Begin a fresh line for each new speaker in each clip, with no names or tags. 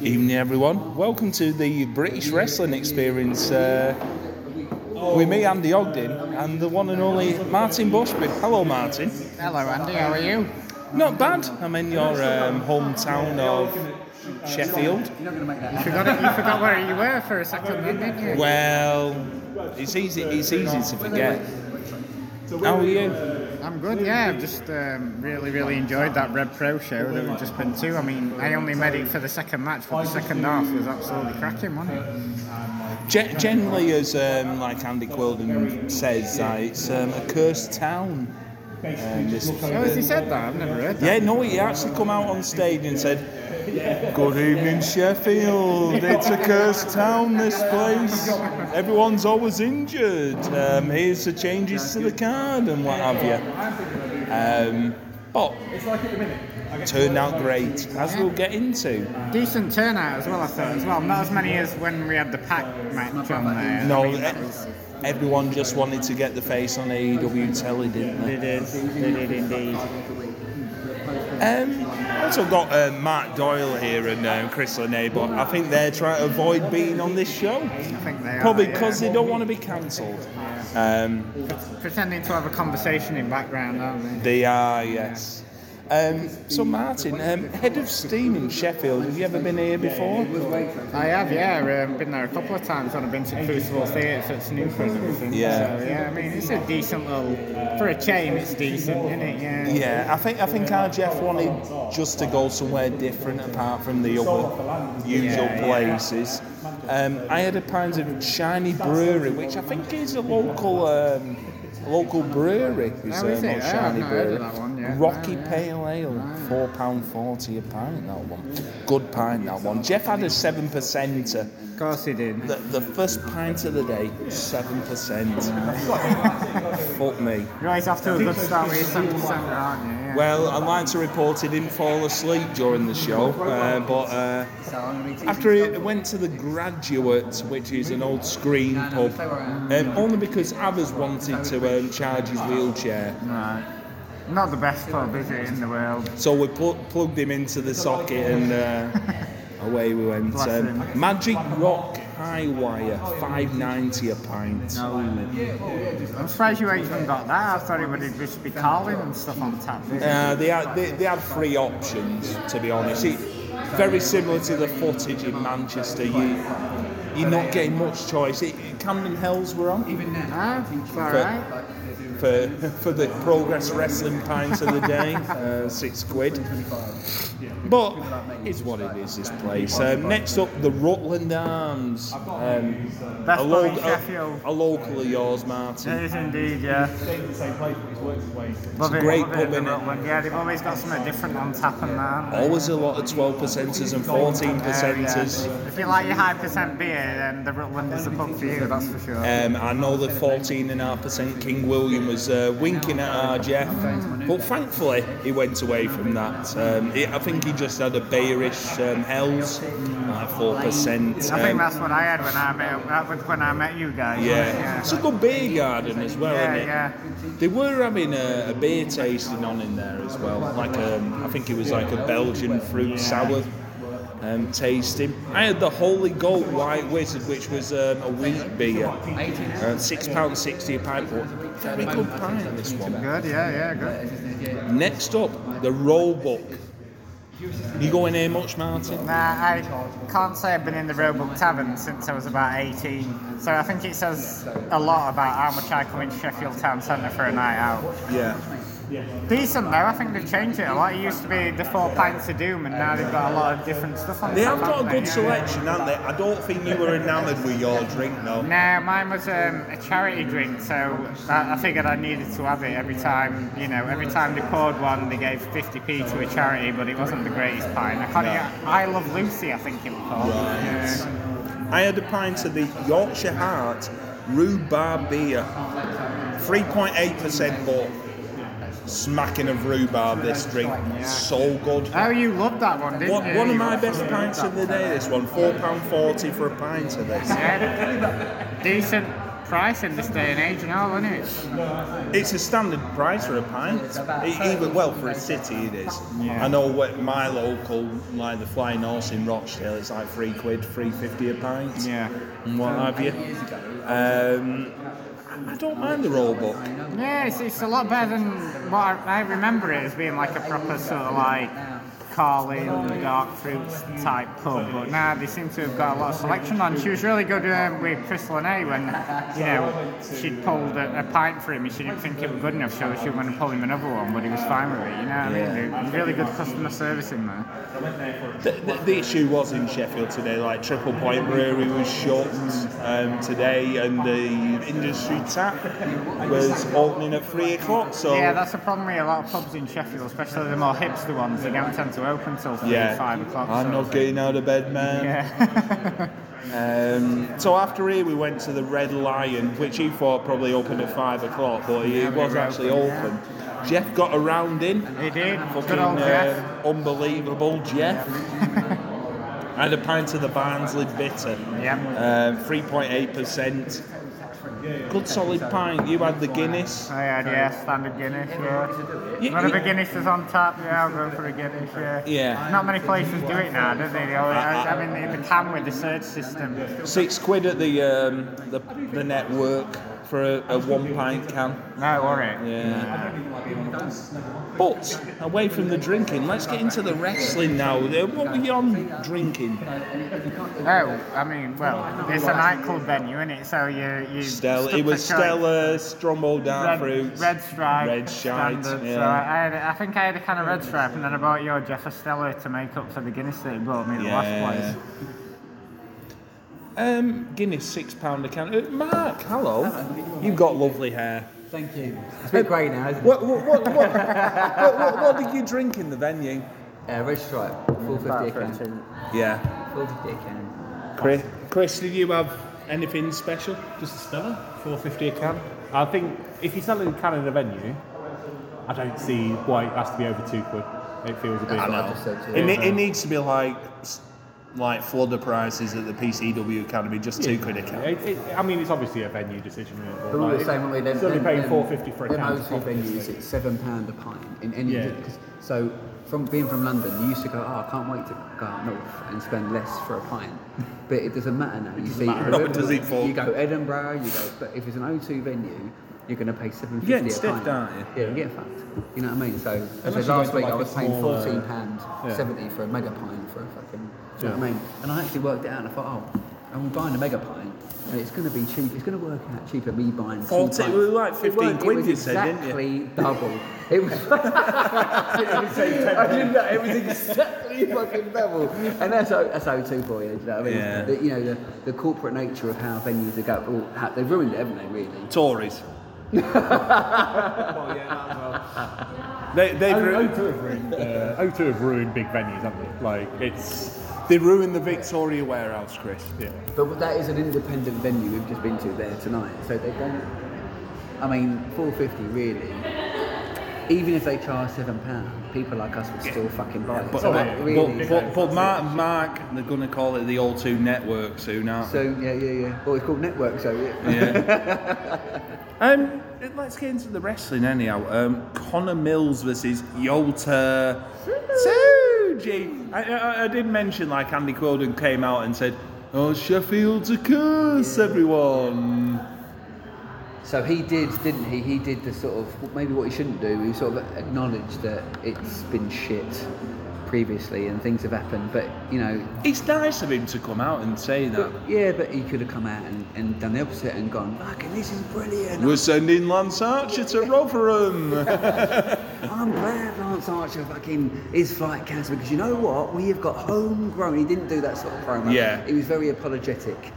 Evening, everyone. Welcome to the British Wrestling Experience uh, with me, Andy Ogden, and the one and only Martin Bushby. Hello, Martin.
Hello, Andy. How are you?
Not bad. I'm in your um, hometown of Sheffield.
You forgot, it, you forgot where you were for a second, then, didn't you?
Well, it's easy. It's easy to forget. How are you?
I'm good. Yeah, I've just um, really, really enjoyed that Red Pro show that we've just been to. I mean, I only made it for the second match, but the second half was absolutely cracking, wasn't it?
Ge- generally, as um, like Andy Quilden says, uh, it's um, a cursed town. Um, this-
Oh, has he said that? I've never heard that.
Yeah, no, he actually come out on stage and said, "Good evening, Sheffield. It's a cursed town. This place. Everyone's always injured. Um, here's the changes to the card and what have you." Um, but turned out great, as we'll get into.
Decent turnout as well, I thought, as well. Not as many as when we had the pack match on uh, there.
No,
I mean, that
e-
was-
everyone just wanted to get the face on AEW telly, didn't they?
they did. They did indeed.
Um, also got uh, Matt Doyle here and um, Chris Lene, but I think they're trying to avoid being on this show.
I think they
Probably
are, yeah.
because they don't want to be cancelled. Um,
Pretending to have a conversation in background, aren't they?
they are, yes. Um, so Martin, um, head of steam in Sheffield. Have you ever been here before?
I have, yeah. Um, been there a couple of times when I've been to Crucible Theatre, so it's new for us and everything.
Yeah.
So, yeah, I mean, it's a decent little. For a chain, it's decent, isn't it? Yeah.
Yeah, I think I think our Jeff wanted just to go somewhere different apart from the other usual
Yeah, yeah.
places. Um, I had a pint of Shiny Brewery, which I think is a local um, local brewery.
Oh,
um, on
is it? Oh, I've
Shiny
not heard of
Brewery.
that one, yeah.
Rocky
Oh, yeah.
Pale Ale, four pound forty a pint. That one, good pint. That one. Jeff had a seven percenter.
Of course he did.
The, the first pint of the day, seven percent. Fuck me.
You're always off to a good start with your 7%, aren't you? Yeah.
Well, I'd like to report he didn't fall asleep during the show, uh, but uh, after it went to the Graduate, which is an old screen pub, um, only because others wanted to um, charge his wheelchair,
Right. Not the best pub, is it, in the world?
so we pl- plugged him into the socket and uh, away we went.
Bless
Um,
him.
Magic Rock High Wire, five ninety a pint.
No. I'm surprised you even got that. I thought it would just be Carlin and stuff on tap.
Uh, they, had, they, they had three options, to be honest. It, very similar to the footage in Manchester. You, you're not getting much choice. It, Camden Hells were on
Ah, it's alright.
for, for the Progress Wrestling Pints of the day, uh, six quid. But it's what it is, this place. Um, next up, the Rutland Arms. Um,
Best
a,
pub in
lo-
Sheffield.
a, a local of yours, Martin.
It is indeed, yeah. Love
a
it,
great
love it
pub,
in the
innit?
Rutland. Yeah, they've always got something different on tap and that.
Always a lot of 12 percenters and 14 percenters.
If you like your high percent beer, then the Rutland is the pub for you, that's for sure.
Um, I know the 14.5% King William was uh, winking at our Jeff, but thankfully he went away from that. Um, he- I think he just had a Bayerish um, Hells, like 4%.
I think
um,
that's what I had when I met that was when I met you guys.
yeah, it's a good beer garden as well,
Yeah,
isn't it?
yeah.
They were having a, a beer tasting on in there as well, like um, I think it was like a Belgian fruit sour um, tasting. I had the Holy Goat White Wizard, which was um, a wheat beer, uh, six pound sixty a pint. But very good pint this one.
Good, yeah, yeah, good.
Next up, the Roebuck. You going here much, Martin?
Nah, I can't say I've been in the Roebuck Tavern since I was about 18, so I think it says a lot about how much I come in Sheffield Town Centre for a night out.
Yeah.
Decent though, I think they've changed it a lot. It used to be the four pints of doom, and now they've got a lot of different stuff on
They
tap,
have got a
haven't
good
they? Yeah, yeah.
selection, haven't they? I don't think you were enamoured with your drink, though.
No, mine was um, a charity drink, so I, I figured I needed to have it every time. You know, every time they poured one, they gave 50p to a charity, but it wasn't the greatest pint. I can't. even- I love Lucy, I think it was called. Yeah.
I had a pint of the Yorkshire Heart rhubarb beer, 3.8% but smacking of rhubarb. This drink so good.
Oh, you loved that one, didn't
One,
you?
one of my best pints of the day. This one, four pound forty for a pint of this.
Yeah. Decent price in this day and age and all, isn't it?
It's a standard price for a pint. E- Even well for a city, it is. I know what my local, like the Flying Horse in Rochdale, it's like three quid, three fifty a pint,
Yeah.
and what have you. Um, I don't mind the roll book.
Yeah, it's, it's a lot better than what I, I remember it as being like a proper sort of like Carlin, dark fruits type pub. But now they seem to have got a lot of selection on. She was really good um, with Chris Lene when, you know, she'd pulled a, a pint for him and she didn't think it was good enough, so she went and pulled him another one, but he was fine with it, you know what I mean? There was Really good customer service in there.
The, the, the issue was in Sheffield today, like Triple Point Brewery was shut um, today, and the industry tap was opening at three o'clock. So
Yeah, that's the problem with a lot of pubs in Sheffield, especially the more hipster ones, they don't tend to open till 3,
yeah,
5 o'clock.
I'm
so-
not getting out of bed, man.
Yeah.
Um, so after here, we went to the Red Lion, which he thought probably opened at five o'clock, but it was actually open. Jeff got a round in.
They did.
Fucking
Good old Jeff.
uh, unbelievable, Jeff. I had a pint of the Barnsley Bitter,
Yep.
uh, 3.8%. Good solid pint. You had the Guinness.
I had, Oh, yeah, standard Guinness, yeah.
Yeah,
One of the
yeah.
Guinness is on tap, yeah, I'll go for a Guinness, yeah.
Yeah.
Not many places do it now, do they? They always, I mean, in the can with the surge system.
Six quid at the um, the, the network for a, a one pint can.
No, worry.
Yeah. But away from the drinking, let's get into the wrestling now. Uh, What were you on drinking?
Oh, I mean, well, it's a nightclub venue, isn't it? So you, you
Stella.
stuck
It was
to choice.
Stella, Strombo Dark
Red,
Fruits,
red stripe,
Red Shite.
standard. So I,
yeah.
had, I think I had a can of red stripe, and then I bought your Jeff Estella to make up for the Guinness that you brought me the
Yeah.
last place.
Um, Guinness six pound a can. Uh, Mark, hello. You've got lovely hair.
Thank you. It's a bit grey now, isn't it?
What what what, what, what, what, what did you drink in the venue?
Uh, red stripe, 450 a can.
Yeah.
450 a can.
Chris, Chris, did you have anything special?
Just a Stella, 450 a can. I think if you're selling a can in a venue, I don't see why it has to be over two quid. It feels a bit.
I
I
know.
just said to
It,
you.
ne- it needs to be like s- like flooder prices at the PCW Academy, just two quid a
Yeah,
can.
It, it, I mean, it's obviously a venue decision. isn't it?
But all the same, when we then,
Still be
then, um,
paying
then,
450 for a
then
can.
those two venues, it's seven pound a pint in any.
Yeah.
Cause, so from being from London, you used to go, oh, I can't wait to go up north and spend less for a pint. But it doesn't matter now. You see,
matter. No, it
Edinburgh-
doesn't fall.
you go Edinburgh, you go. But if it's an O2 venue, you're going to pay seven fifty.
getting
a
stiffed,
pint.
aren't you?
Yeah, you get fucked. You know what I mean? So, as I said
Unless you go
last
to,
week,
like,
I
a
was paying
small, uh,
fourteen pound
Yeah.
seventy for a mega pint for a fucking. Do you know what I mean? And I actually worked it out and I thought, oh, I'm buying a mega pint, and it's going to be cheap. It's going to work out cheaper me buying. two
14
pints.
it was like
It
15
weren't-
quid
It was
you said, didn't you?
exactly double. It was. I didn't know. It was exactly fucking double, and that's O- that's O2 for you. Do you know what I mean?
Yeah.
The, you know the, the corporate nature of how venues are going. Well, how, they've ruined it, haven't they? Really.
Tories. They, they've,
O-
ru-
O2 have ruined, uh, O2 have ruined big venues, haven't they? Like, it's.
they ruined the Victoria warehouse, Chris.
Yeah.
But that is an independent venue we've just been to there tonight, so they don't. I mean, 450 really. Even if they charge seven pound, people like us would still fucking buy it.
But,
so
but,
that really.
but, but, but Mark, Mark, they're going to call it the All Two Network soon, aren't
so yeah, yeah, yeah. Well, it's called network, so yeah.
they? Yeah. um, let's get into the wrestling anyhow. Um, Connor Mills versus Yolta Suji. I, I, I did mention like Andy Quilden came out and said, "Oh, Sheffield's a curse, everyone."
So he did, didn't he? He did the sort of maybe what he shouldn't do. He sort of acknowledged that it's been shit previously and things have happened, but you know,
It's nice of him to come out and say that.
yeah. But he could have come out and, and done the opposite and gone, fucking, this is brilliant.
We're sending Lance Archer to Rotherham.
I'm glad Lance Archer fucking is flight cancelled because you know what? We have got homegrown. He didn't do that sort of promo.
Yeah.
He was very apologetic.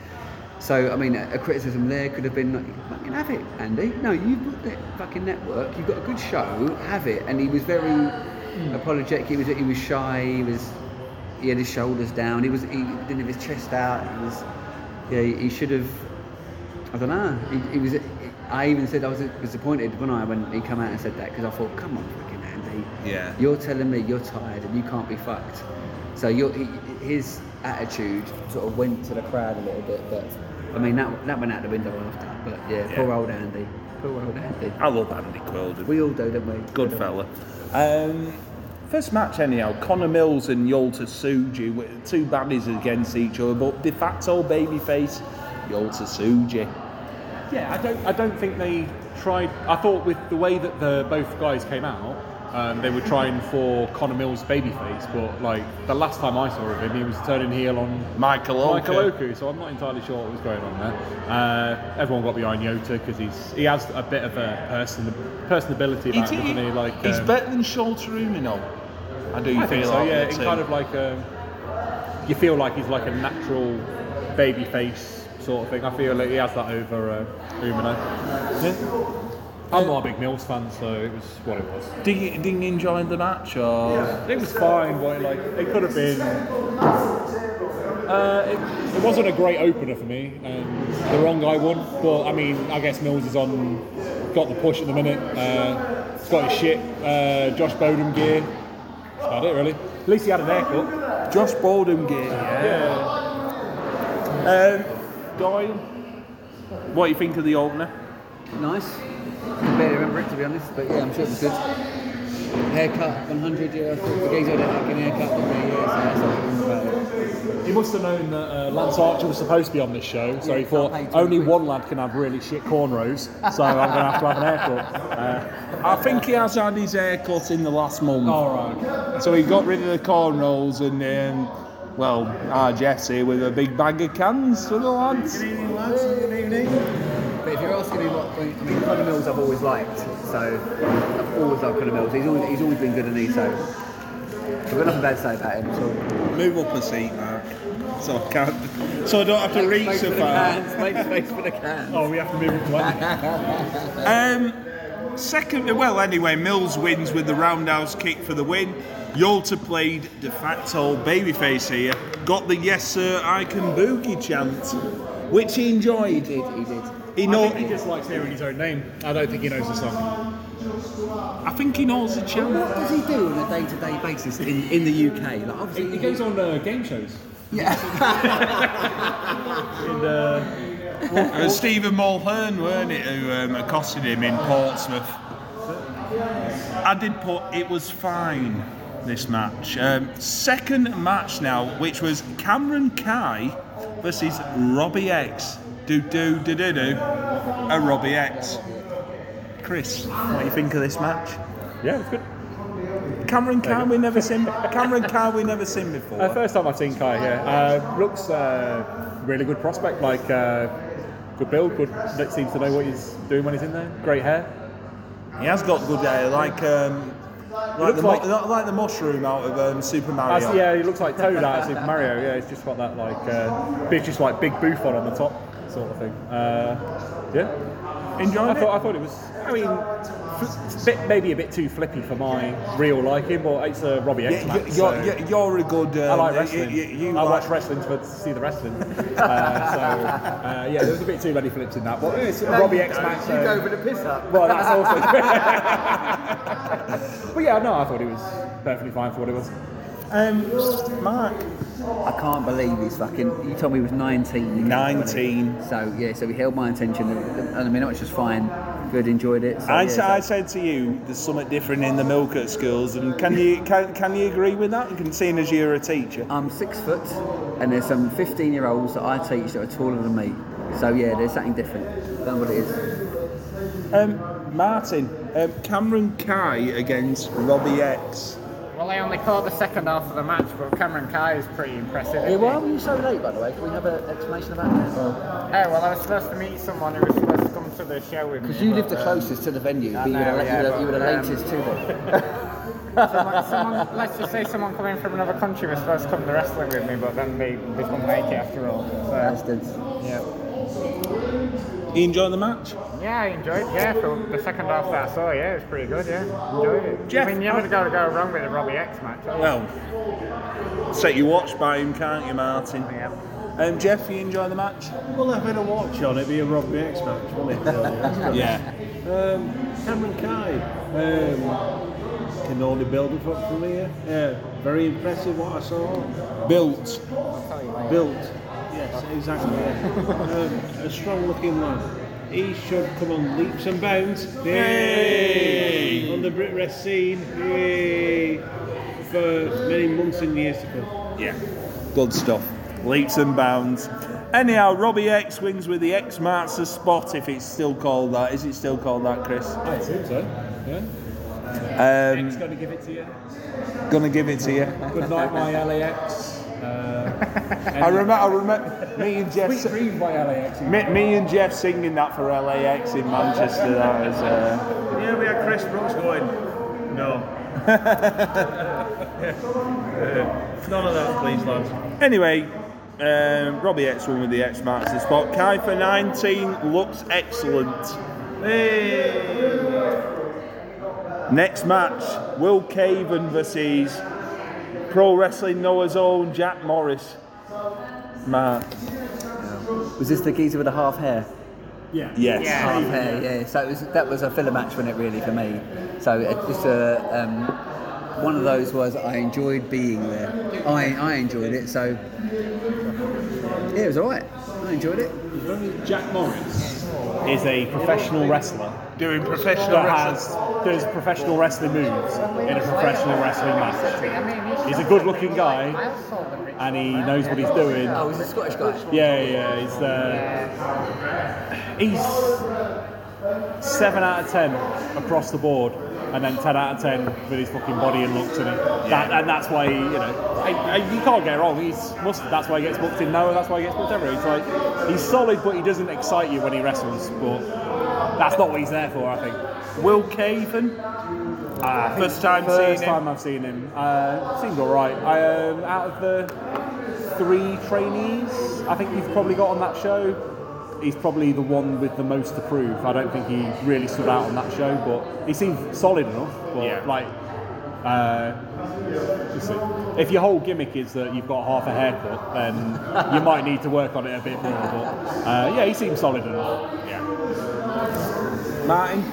So, I mean, a, a criticism there could have been, like, fucking have it, Andy. No, you've got that fucking network. You've got a good show. Have it. And he was very apologetic. He was, he was shy. He was, he had his shoulders down. He was, he didn't have his chest out. He was, yeah, he, he should have, I don't know. He, he was. I even said I was disappointed when I when he come out and said that because I thought, come on, fucking Andy.
Yeah.
You're telling me you're tired and you can't be fucked. So your he- his attitude sort of went to the crowd a little bit, but I mean, that that went out the window after. But yeah, poor old Andy. Poor old Andy.
I love Andy Quilden.
We all do, don't we?
Good fella. Um, first match, anyhow, Connor Mills and Yolta Suji, were two baddies against each other, but de facto babyface Yolta Suji.
Yeah, I don't. I don't think they tried. I thought with the way that the both guys came out, um, they were trying for Connor Mills' babyface. But like the last time I saw of him, he was turning heel on
Michael Oka.
Michael Oku. So I'm not entirely sure what was going on there. Uh, everyone got behind Yota because he's he has a bit of a person personability about him, doesn't he? Like
he's
um,
better than Sholta Umino. I do
I
feel
think so.
like
Yeah,
that
it's
too.
kind of like um, you feel like he's like a natural baby face sort of thing. I feel like he has that over uh, Umino. I'm not a big Mills fan, so it was what it was.
Did you, did you enjoy the match or?
It was fine, but like it could have been. Uh, it, it wasn't a great opener for me. Um, the wrong guy won, but I mean, I guess Mills is on, got the push at the minute. Uh, he's got his shit. Uh, Josh Bowden gear. That's about it, really. At least he had an haircut.
Josh Baldwin gear.
Yeah.
Um, Doyle, what do you think of the opener?
Nice. Can barely remember it to be honest, but yeah, I'm sure it was good. Haircut 100 yeah, I thought the geezer had a fucking haircut with me, yeah, so that's all I remember about it.
He must have known that uh, Lance Archer was supposed to be on this show, so
Yeah,
he thought
can't pay too
only
quick."
one lad can have really shit cornrows, so I'm going to have to have an haircut. Uh,
I think he has had his haircut in the last month.
all right.
So he got rid of the cornrows and um, well, our Jesse with a big bag of cans for the lads.
But if you're asking me what, I mean, Connor Mills I've always liked, so I've always loved Connor Mills. He's always, he's always been good in these, so I've got nothing bad to say about him. So
Move up a seat, Mark. So I can't. So I don't have to reach
Space
so
for the
far.
cans, make space for the cans.
Oh, we have to move it to Andy.
Um, second. Well, anyway, Mills wins with the roundhouse kick for the win. Yolta played de facto babyface here. Got the yes sir, I can boogie chant, which he
He
enjoyed.
did, he did.
He
I
know.
think he just likes hearing his own name. I don't think he knows the song.
I think he knows the chant.
What does he do on a day-to-day basis in, in the UK? Like obviously
He goes on uh, game shows.
Yeah.
And, uh,
It was Stephen Mulhern, weren't it, who um, accosted him in Portsmouth. I did put it was fine, this match. Um, second match now, which was Cameron Kai versus Robbie X. Do do do do do. A Robbie X. Chris, what do you think of this match?
yeah, it's good.
Cameron Kai, we never seen. Cameron Kai, we never seen before.
Uh, first time I've seen Kai here. Uh, looks uh, really good prospect. Like uh, good build. Good. That seems to know what he's doing when he's in there. Great hair.
He has got good hair, like um, like,
looks
the mu-
like-
like, the mushroom out of um, Super
Uh,
Mario.
so, yeah, he looks like Toad out of Super Mario. Yeah, he's just got that like uh, big, just like big bouffon on the top sort of thing. Uh, yeah. I
Enjoying it?
thought, I thought it was. I mean, f- a bit, maybe a bit too flippy for my real liking, but it's a Robbie X
Yeah,
match.
you're,
so-
you're, you're- you're a good. Um,
I like
you-
wrestling.
You, you,
I
like,
watch wrestling for, to see the wrestling. uh, so uh, yeah, there was a bit too many flips in that. But it's a Robbie X match.
You go
So,
with a piss up.
well, that's also. but yeah, no, I thought he was perfectly fine for what it was.
um, Mark.
I can't believe he's fucking. You told me he was 19.
19.
So yeah, so he held my attention, and I mean, it was just fine. Good, enjoyed it. So,
Oh,
I,
yeah,
s-
so-
I said to you, there's something different in the milk at schools, and can you can, can you agree with that? You can see as you're a teacher.
I'm six foot, and there's some 15 year olds that I teach that are taller than me. So yeah, there's something different. Don't know what it is.
Um, Martin, um, Cameron Kai against Robbie X.
Well, they only caught the second half of the match, but Cameron Kai is pretty impressive. isn't
Yeah,
he?
why were you so late, by the way? Can we have an explanation about that?
Oh, well, I was supposed to meet someone who was supposed to come to the show with me.
Because you
but,
live the
uh,
closest to the venue, but you were
know,
the-
yeah,
you were- you were the
but, um,
latest to them.
someone, someone, let's just say someone coming from another country was supposed to come to wrestling with me, but then they, they couldn't make it after all.
That's
So,
dense.
yeah.
You enjoy the match?
yeah, I enjoyed Yeah, for the second half that I saw, yeah, it was pretty good, yeah. Enjoyed it.
Jeff,
I mean, you're never going to go wrong with a Robbie X match. are you?
Well, set your watch by him, can't you, Martin?
Yeah.
Um, Jeff, you enjoy the match?
Well, I've had a watch on it, be a Rob X match, wasn't it?
Yeah.
um, Cameron Kai um, can only build it up from here. Yeah, very impressive what I saw.
Built.
Built, Yes, exactly. yeah. um, a strong looking lad. He should come on leaps and bounds. Yay! On the Brit Rest scene. Yay! For many months and years to come.
Yeah, good stuff. Leaps and bounds. Anyhow, Robbie X wins with the X marks the spot. If it's still called that, is it still called that, Chris?
I assume so. Yeah.
Um,
Nick's gonna give it to you.
gonna give it to you.
Good night, my LAX. Uh,
I remember. I remember. Me and Jeff.
Sweet
si-
dreams, my LAX.
Me, me and Jeff singing that for LAX in Manchester. That was. Uh,
Yeah, we had Chris Brooks going, no. Uh, none of that, please, lads.
Anyway, um, Robbie X won with the X marks the spot. Kai for 19 looks excellent. Next match, Will Caven versus Pro Wrestling Noah's own Jack Morris. Mark.
Was this the geezer with the half hair?
Yes.
Yeah.
Half hair, yeah. So it was, that was a filler match when it really for me. So it just uh, um, one of those was I enjoyed being there. I I enjoyed it. So yeah, it was alright. I enjoyed it.
Jack Morris is a professional wrestler
Doing professional
that has does professional wrestling moves in a professional wrestling match,
He's
He's a good-looking guy, and he knows what he's doing.
Oh, was a Scottish guy.
Yeah, yeah, he's uh, he's seven out of ten across the board, and then ten out of ten with his fucking body and looks in it. That, and that's why you know I, I, you can't get wrong. He's mustard. That's why he gets booked in now. That's why he gets booked everywhere. He's like he's solid, but he doesn't excite you when he wrestles. But that's not what he's there for. I think.
Will Caven.
Uh,
First time
First
seeing him.
time I've seen him. Uh, seemed all right. I, um, out of the three trainees, I think you've probably got on that show. He's probably the one with the most to prove. I don't think he really stood out on that show, but he seemed solid enough. But
Yeah.
like, uh, just like- if your whole gimmick is that you've got half a haircut, then you might need to work on it a bit more. But uh, yeah, he seemed solid enough.
Martin.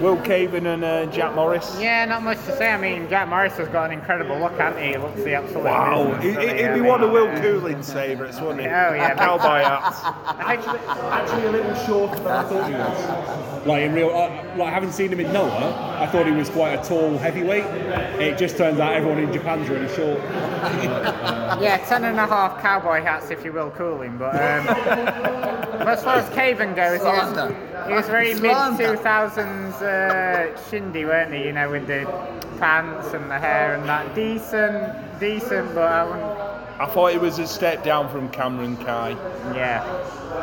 Will Caven and uh, Jack Morris.
Yeah, not much to say. I mean, Jack Morris has got an incredible look, hasn't he? He looks the absolute.
Wow,
business,
it,
doesn't he?
it,
I
would be
mean,
one of Will
yeah.
Coolin's favourites, wouldn't it?
Oh, yeah.
Cowboy hats.
I think-
Actually, a little shorter than I thought he was. Like in real, uh, like having seen him in Noah, I thought he was quite a tall heavyweight. It just turns out everyone in Japan's really short.
Yeah, ten and a half cowboy hats, if you will, cool him. But um, but as far as Caven goes, he
Slander.
was, he was very mid
Slander.
two thousands uh, shindy, weren't he? You know, with the pants and the hair and that. Decent, decent, but I wouldn't.
I thought it was a step down from Cameron Kai
Yeah,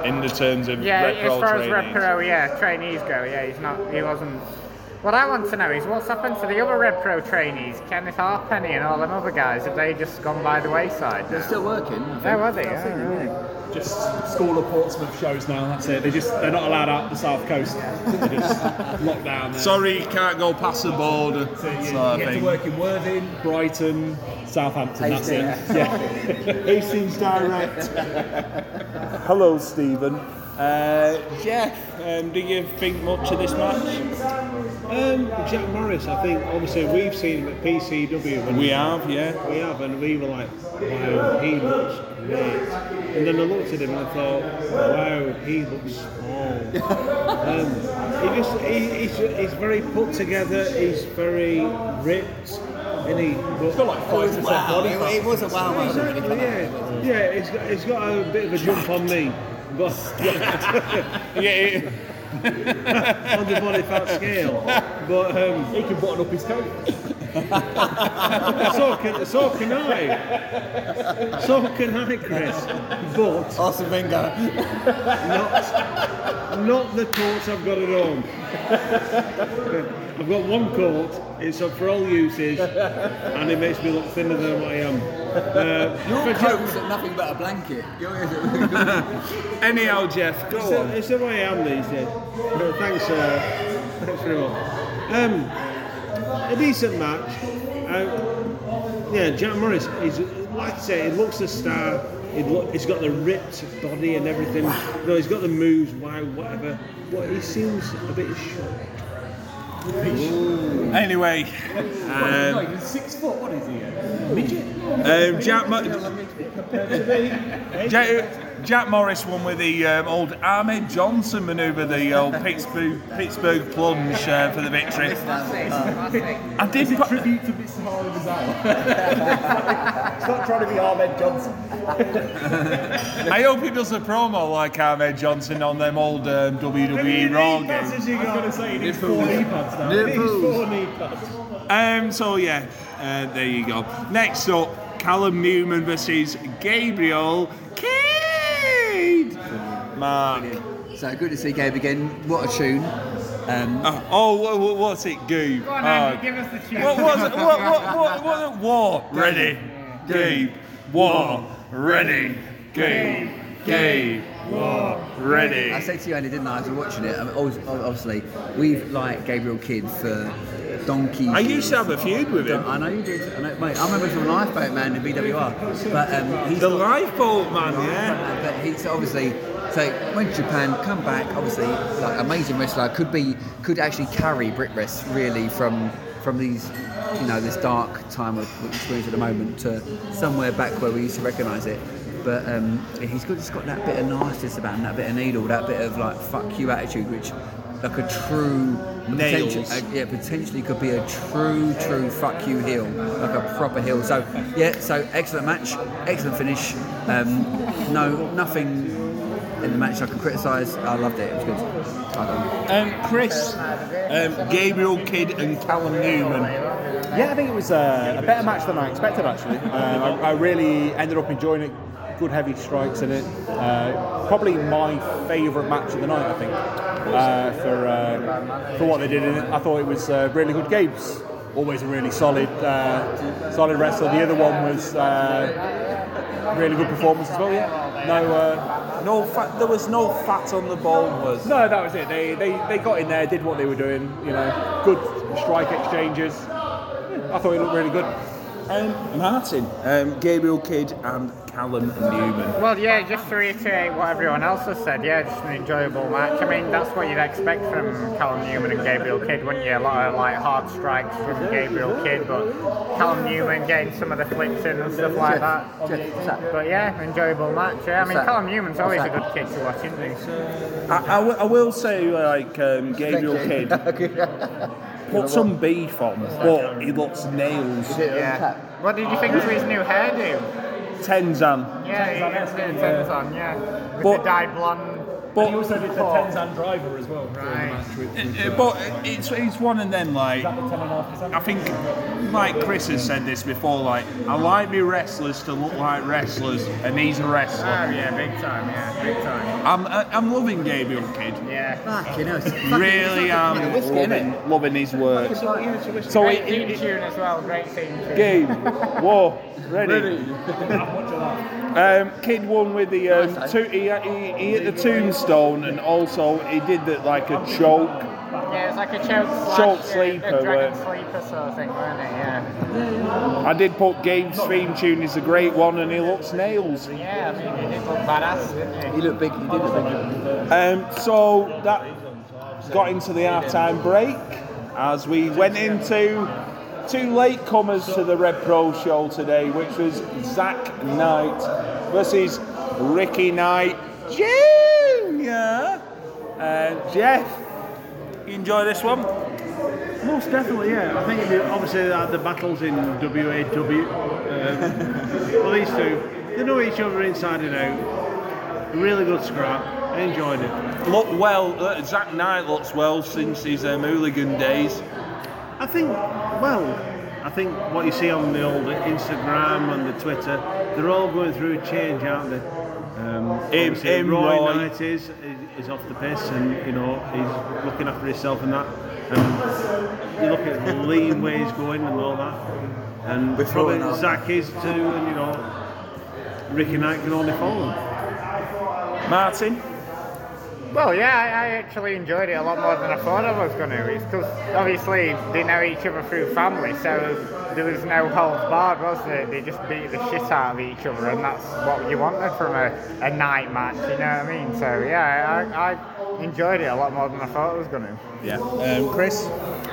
in the terms of
yeah.
Red Bull
as far as Red
trainees.
Pro, yeah, trainees go, yeah, he's not. He wasn't. What I want to know is what's happened to the other Red Pro trainees, Kenneth Harpenny and all them other guys. Have they just gone by the wayside?
They're still working. I think.
There were they.
I've seen them, yeah.
Just school of Portsmouth shows now. That's it. They just they're not allowed out the south coast. They're just locked down. There.
Sorry, you can't go past the border. sort
you
of
get to
thing.
work in Worthing, Brighton, Southampton. That's it. Yeah.
Hastings Direct. Hello, Stephen. Uh, Jeff, um, do you think much of this match?
Um, Jack Morris, I think, obviously, we've seen him at PCW. When
We have, yeah.
we have, and we were like, wow, he looks great. And then I looked at him and I thought, wow, he looks small. um, he just, he, he's, he's very put together, he's very ripped, and he, but,
Oh, it was wow. It, it was a wow moment. when he
Exactly,
come out.
yeah, yeah, he's got, he's got a bit of a jump on me. But
yeah
on the body fat scale, but um,
he can button up his coat.
so can so can I, so can I, Chris. But
Arsene Wenger.
not, not the courts I've got at home. I've got one court, it's up for all uses, and it makes me look thinner than what I am. Uh,
Your
but ju-
coat was nothing but a blanket. Yours-
Anyhow, Jeff,
it's,
go
the,
on.
it's the way I am these days. No, thanks, uh, thanks very much. Um, a decent match. Uh, yeah, Jack Morris, he's, like I say, he looks a star. He look, he's got the ripped body and everything. No, he's got the moves, wow, whatever. But he seems a bit short.
Anyway, um,
Like, he's six foot. What is he?
um, Jack, Mo- Jack, Jack Morris won with the um, old Ahmed Johnson manoeuvre, the old Pittsburgh Pittsburgh plunge uh, for the victory. I did. put-
Tribute to Mr. Harley Mazzaro. it's not trying to be Ahmed Johnson.
I hope he does a promo like Ahmed Johnson on them old um, WWE Raw games.
Passes you
I was going
got.
to say, he needs four knee pads now. He needs four knee pads.
Um, so yeah, uh, there you go. Next up, Callum Newman versus Gabriel Kidd. Mark.
So good to see Gabe again. What a tune. Um,
Oh, oh wha- wha- what's it, Goob?
Go on,
Oh.
Andy, give us the tune.
What was it? What, what, what, what, war ready, Gabe. War ready, Gabe. Gabe. War ready.
I said to you, Andy, didn't I? I was watching it. I mean, obvi- obviously, we've liked Gabriel Kidd for donkey.
I used to have a feud with him.
I know you did. I, know, mate, I remember from Lifeboat Man in BWR. But um, he's
The
not-
lifeboat man, yeah.
But he's obviously so went to Japan, come back. Obviously, like amazing wrestler, could be could actually carry Brit Rest really from from these you know this dark time of experience at the moment to somewhere back where we used to recognise it. But um, he's got just got that bit of nastiness about him, that bit of needle, that bit of like fuck you attitude, which like a true
Nails.
potential- uh, yeah, potentially could be a true, true fuck you heel, like a proper heel. So yeah, so excellent match, excellent finish. Um, no, nothing in the match I can criticise. I loved it. It was good. I don't-
Um, Chris, um, Gabriel Kidd, and Callum Newman.
Yeah, I think it was uh, a better match than I expected. Actually, um, I, I really ended up enjoying it. Good heavy strikes in it. Uh, probably my favourite match of the night. I think uh, for uh, for what they did in it. I thought it was uh, really good. Gabe's always a really solid uh, solid wrestler. The other one was uh, really good performance as well. Yeah. No. Uh,
No fat. There was no fat on the ball. Was
No, that was it. They, they they got in there, did what they were doing. You know, good strike exchanges. Yeah, I thought it looked really good.
um, Martin, um, Gabriel Kidd, and Callum Newman.
Well, yeah, just to reiterate what everyone else has said, yeah, just an enjoyable match. I mean, that's what you'd expect from Callum Newman and Gabriel Kidd, wouldn't you? A lot of like hard strikes from Gabriel Kidd, but Callum Newman getting some of the flips in and stuff like that.
Jeff, what's that?
But yeah, enjoyable match. Yeah, I mean,
that?
Callum Newman's always a
What's
good kid to watch, isn't he?
I, I, w- I will say, like um, Gabriel Kidd, put some beef on, but he looks nails.
Yeah. What did you think of his new hairdo?
Tenzan.
Yeah, he has the tins on, yeah. With
But-
the dyed blonde.
But
He also did the
Oh.
Tenzan driver as well during the
Right.
match with, with
Uh, But it's, it's one and then like
the ten and a half percent.
I think like Chris has said this before like I like me wrestlers to look like wrestlers and he's a
Oh,
wrestler
yeah, big time, yeah, big time.
I'm I- I'm loving Gabriel Kidd
Yeah.
Fucking hell, it's fucking-
really
um,
am
it's fucking whiskey, innit?
loving, loving his work Oh,
So great theme tune as well. Great theme tune.
game war ready, Um, Kid won with the um, two, he, he, he hit the tombstone and also he did the, like a choke
Yeah, it's like a choke slash,
Choke
uh,
sleeper,
a dragon
weren't-
sleeper sort of thing, weren't it? Yeah.
I did put Gabe's theme tune is a great one and he looks nails
Yeah, I mean, he did look badass, didn't
He
he?
looked big. He did look big.
Um, so that got into the halftime break as we went into two latecomers to the Red Pro show today, which was Zach Knight versus Ricky Knight Jr. Uh, Jeff, you enjoy this one?
Most definitely, yeah. I think it'd be, obviously they had the battles in WAW. Um, uh, well, these two, they know each other inside and out. Really good scrap. I enjoyed it.
Look well, uh, Zach Knight looks well since his um, hooligan days.
I think, well, I think what you see on the old Instagram and the Twitter, they're all going through a change, aren't they? Um,
Him-
obviously
him,
Roy,
Roy.
Knight is, is off the piss and you know he's looking after himself and that. And you look at the lean ways going and all that. And
We're
probably
throwing up.
Zach is too, and you know Ricky Knight can only follow. him.
Martin,
Well, yeah, I, I actually enjoyed it a lot more than I thought I was going to. It's because obviously they know each other through family, so there was no holds barred, was there? They just beat the shit out of each other, and that's what you wanted from a, a night match, you know what I mean? So, yeah, I, I enjoyed it a lot more than I thought I was going to.
yeah, um, Chris.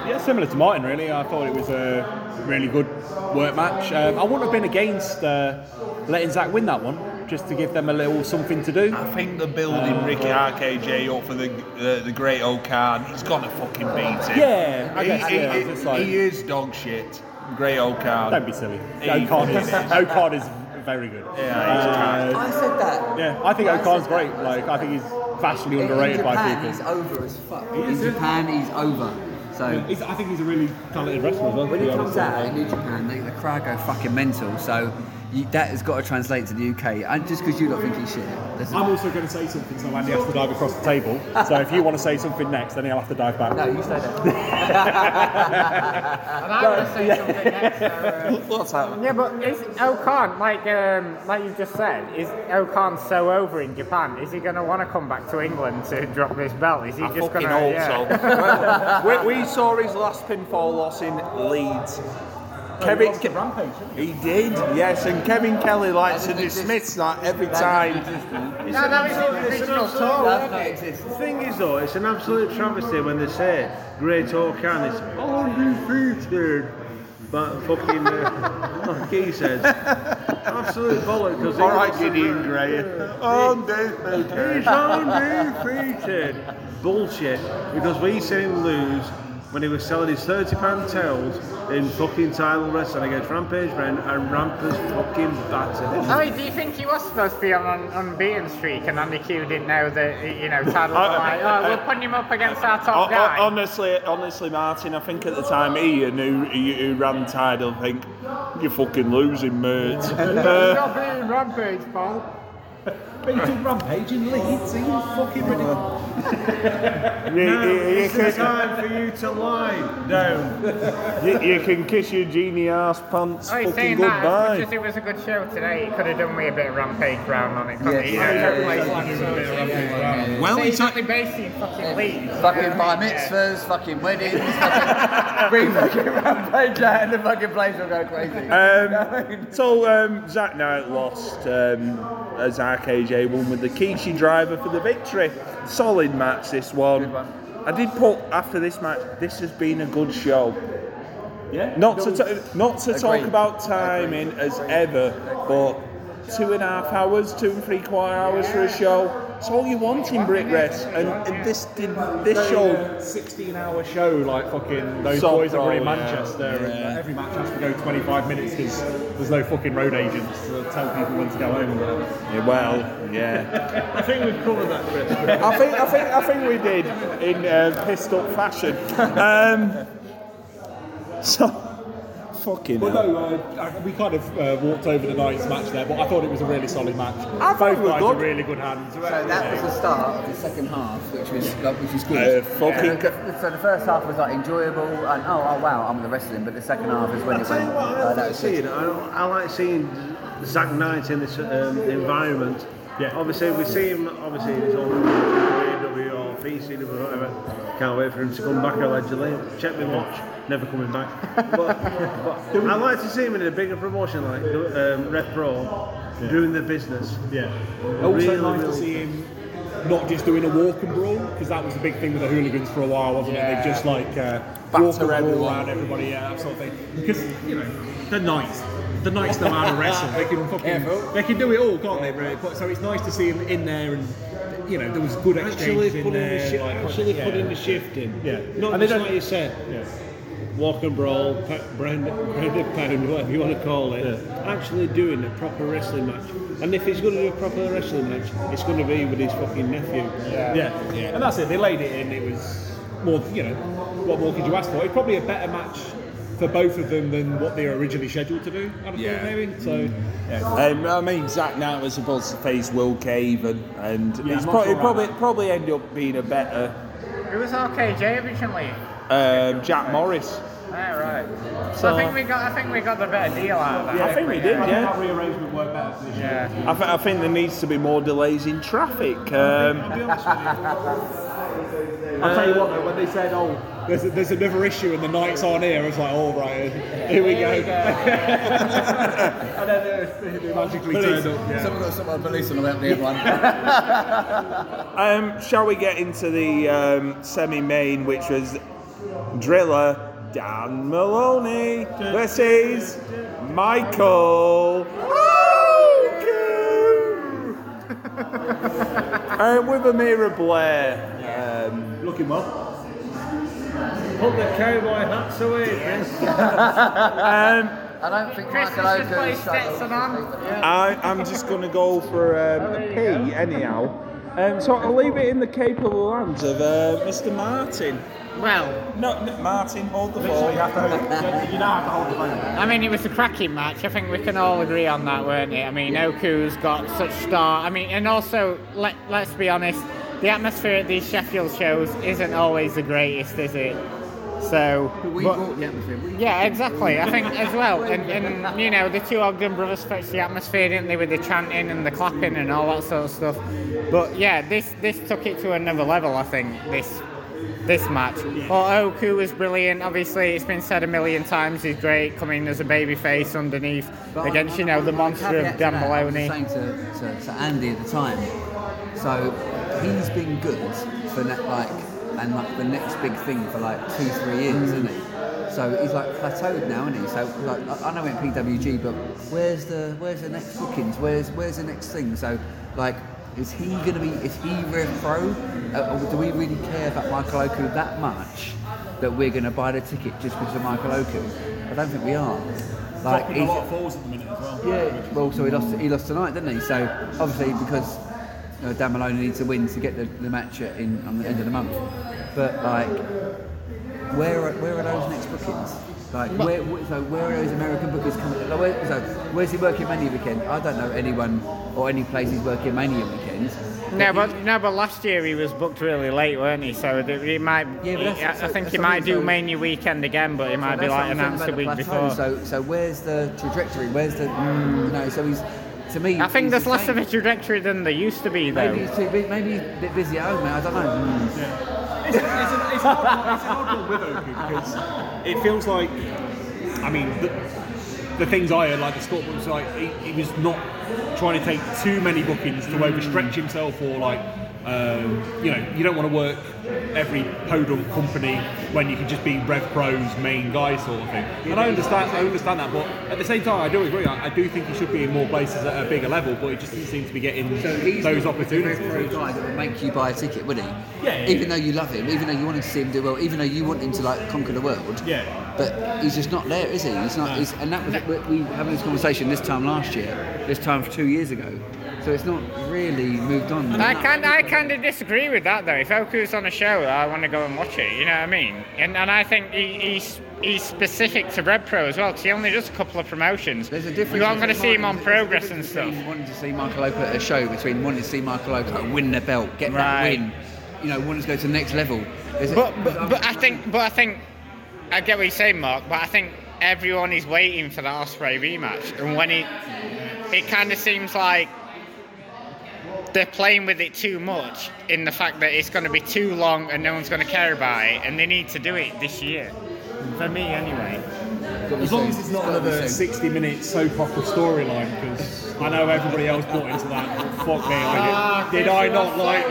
Yeah, similar to Martin, really. I thought it was a really good work match. Um, I wouldn't have been against uh, letting Zach win that one. just to give them a little something to do.
I think they're building Ricky RKJ up for the the, the great old card. He's gonna fucking beat him.
Yeah, I
he,
guess,
he-
yeah,
he-
it's like-
he is dog shit. Great old card.
Don't be silly.
He-
O'Con
he
is,
is.
O'Con is very good.
Yeah,
Uh,
I said that.
yeah, I think
I said
O'Con's
that.
great. Like, I think he's vastly
In,
underrated by
Japan,
people.
he's over as fuck. In Japan, he's over. So
He's- I think he's a really talented wrestler as well.
when
to
he
be
comes
honest.
out in New Japan, the, the crowd go fucking mental. So you, that has got to translate to the UK. And just because you don't think he's shit, there's
I'm also going to say something, so Andy has to dive across the table. So if you want to say something next, then he'll have to dive back.
no, you say that.
And I want to say something next. though,
What's What's happening?
uh, yeah, but is Okan like um, like you just said? Is Okan so over in Japan? Is he going to want to come back to England to drop this belt? Is he
I
just
fucking
going to?
hope
Well, we, we saw his last pinfall loss in Leeds.
Oh,
Kevin, he did, yes, and Kevin Kelly likes to
That doesn't
dismiss
exist.
that every
That
time.
doesn't exist,
No, that was his original tour.
That doesn't exist.
The thing is, though, it's an absolute travesty when they say Great Okan is undefeated. But fucking, uh, like he says, absolute bollocks. Because
All right, Gideon Gray.
He's undefeated. Bullshit. Because we seen him lose when he was selling his thirty pound towels in fucking title wrestling against Rampage Bren and Rampers fucking battered.
Sorry, do you think he was supposed to be on an unbeaten streak and Andy Q didn't know that, you know, Tad was like, oh, we're putting him up against our top
Hon- hon-
guy?
Honestly, honestly, Martin, I think at the time Ian, who, who who ran title, think you're fucking losing, mate. Uh,
You're being Rampage, Paul.
But he took Rampage in Leeds. Are you fucking ridiculous?
you,
Now
you- you
is the
can,
time for you to lie down.
you, you can kiss your genie ass pants.
Oh, he's
fucking
saying that as much
goodbye.
as it was a good show today, he could have done with a bit of Rampage round on it.
Yeah,
couldn't he? You know,
yeah, yeah,
everybody's
yeah,
like, so
yeah, yeah.
Well,
So
it's
he's
not.
only based in fucking Leeds.
Fucking bar
Yeah.
mitzvahs, fucking weddings, fucking, bring fucking rampage out and the fucking place will go crazy.
Um, so um, Zack Knight lost um, as RKJ won with the Kishi driver for the victory. Solid match this one. I did put after this match. This has been a good show.
Yeah.
Not to t- not to talk
Agreed.
about timing as ever, but two and a half hours, two and three quarter hours for a show. It's all you want in Brick Rest, and, and this did this show.
16 hour show, like fucking those
Sub
boys are
Pro,
in
yeah.
Manchester, and like, every match has to go 25 minutes because there's no fucking road agents to tell people when to go home. or whatever.
Yeah, well, yeah.
I think we've covered that, Chris.
I think I think I think we did in uh, pissed up fashion. Um, so fucking.
Well,
hell.
no, uh, I- we kind of uh, walked over the night's match there, but I thought it was a really solid match.
I thought
Both
it was
guys
good.
are really good hands.
So that was the start of the second half, which was like, which was
Uh,
good.
fucking-
So the, so the first half was like enjoyable, and oh, oh wow, I'm the wrestling. But the second half is when
I
it
tell
went.
you what, I
uh,
like
that was good.
seeing. I, I like seeing Zack Knight in this um, environment.
Yeah.
Obviously, we see him. Obviously, in his old AEW or PCW or whatever. Can't wait for him to come back. Allegedly, check my watch. Never coming back. But, but I like to see him in a bigger promotion like um, Red Pro, doing the business.
Yeah. Also
Really,
nice to
really
see him not just doing a walk and brawl because that was the big thing with the hooligans for a while, wasn't it? They just like uh, walk and brawl around everybody, yeah, that sort of thing. Because you know the knights, the knights know how to wrestle. They can fucking, they can do it all, can't they? Really? But- So it's nice to see him in there and you know there was good
Actually,
exchanges in
putting
there.
the, shi-
like,
actually
yeah.
putting the shift in.
Yeah.
Not
And they
just
don't-
like you said.
Yeah.
walk and brawl, pa- brand, branded pound, whatever you want to call it, actually doing a proper wrestling match. And if he's going to do a proper wrestling match, it's going to be with his fucking nephew.
Yeah. And that's it. They laid it in. It was more, you know, what more could you ask for? It's probably a better match for both of them than what they were originally scheduled to do. I yeah.
Yeah.
maybe. So yeah.
Um, I mean, Zack Knight was supposed to face Will Cave, and, and
Yeah,
it's
I'm not
probably
sure about
probably probably end up being a better
It was RKJ originally.
um, Jack Morris.
All right. So, I think we got, I think we got the better deal out of that.
I think we did, yeah.
rearrangement worked better. For this year.
Yeah.
I, th- I think there needs to be more delays in traffic. Um,
I'll tell you what, though, when they said, "Oh, there's, there's another issue and the nights aren't here," I was like, "All right, here we go." and then they, they magically turned up. Yeah.
Someone got someone police on about the everyone.
um, shall we get into the um, semi-main, which was Driller Dan Maloney versus Michael Elgin?
Um, with Amira Blair, Um,
Looking well. Put the cowboy hats away. Yes.
I don't think
Chris
Michael
has just
Oaken's
placed Stetson on.
I, I'm just going to go for um, a P anyhow. Um, so I'll leave it in the capable hands of uh, Mr. Martin.
Well,
No, no, Martin, hold the ball.
I mean, it was a cracking match. I think we can all agree on that, weren't it? I mean, Oku's got such star. I mean, and also, let, let's be honest, the atmosphere at these Sheffield shows isn't always the greatest, is it? So,
We
but-
brought the atmosphere. We
Yeah, exactly. I think as well, and, and you know, the two Ogden brothers fetched the atmosphere, didn't they, with the chanting and the clapping and all that sort of stuff. But yeah, this this took it to another level. I think this this match. Well, Oku was brilliant. Obviously, it's been said a million times. He's great coming as a babyface underneath
But
against
I-
you know the
I- I-
monster
caveat
of
to
Dan
that, I was
Maloney.
saying to, to, to Andy at the time, so he's been good for ne- like and like the next big thing for like two three years, isn't he? So he's like plateaued now, isn't he? So like I, I know in PWG, but where's the where's the next bookings? Where's where's the next thing? So like. Is he going to be? Is he real pro? Uh, or do we really care about Michael Oku that much that we're going to buy the ticket just because of Michael Oku? I don't think we are. Like
Dropping a
he's-
lot of falls at the minute as well.
yeah, well, so he lost. He lost tonight, didn't he? So obviously, because you know, Dan Maloney needs a win to get the, the match at- in on the end of the month. But like, where are, where are those next bookings? Like, where wh- so where are those American bookings coming? Like, where, so where's he working Mania weekend? I don't know anyone or any place he's working Mania weekend.
No, but no, but last year he was booked really late, weren't he? So th- he might.
Yeah, but
he-
that's-
I, I think
that's
he
what I
might
mean,
do
so-
Mania weekend again, but he might be
That's
like
what I'm
announced a
saying
week
about the
before.
plateau. So so where's the trajectory? Where's the you know? So he's to me.
I think
he's
there's
the
less
same.
of a trajectory than there used to be, though.
Maybe he's too bu- Maybe he's a bit busy at home now. I don't know. Hmm.
It's, it's, an, it's, an odd, it's an odd one with Oku because it feels like, I mean, the, the things I heard, like the Scorpion site, he, he was not trying to take too many bookings to
Mm.
overstretch himself or like, um, you know, you don't want to work every podunk company when you can just be Rev Pro's main guy sort of thing. And I understand, I understand that, but at the same time, I do agree. I, I do think he should be in more places at a bigger level, but he just doesn't seem to be getting
So he's
those
the
opportunities.
very guy that would make you buy a ticket, would he?
Yeah, yeah,
Even
yeah.
though you love him, even though you want to see him do well, even though you want him to like conquer the world.
Yeah.
But he's just not there, is he? He's not. He's, and that was we we were having this conversation this time last year, this time two years ago. So it's not really moved on.
I kind I kind of disagree with that though. If Oku's on a show, I want to go and watch it. You know what I mean? And and I think he, he's he's specific to Red Pro as well because he only does a couple of promotions.
There's a difference.
You aren't going to
between
see him
wanting-
on
there's a
Progress and
difference
stuff.
between Wanting to see Michael Opa at a show between wanting to see Michael Opa win the belt, get that
Right.
win, you know, wanting to go to the next level. There's a-
But, but but I think but I think I get what you're saying, Mark. But I think everyone is waiting for that Osprey rematch, and when it it kind of seems like they're playing with it too much in the fact that it's going to be too long and no one's going to care about it, and they need to do it this year. For me, anyway.
As long as it's not another 60 minute soap opera storyline, because I know everybody else bought into that. Fuck me, I did. Did I not like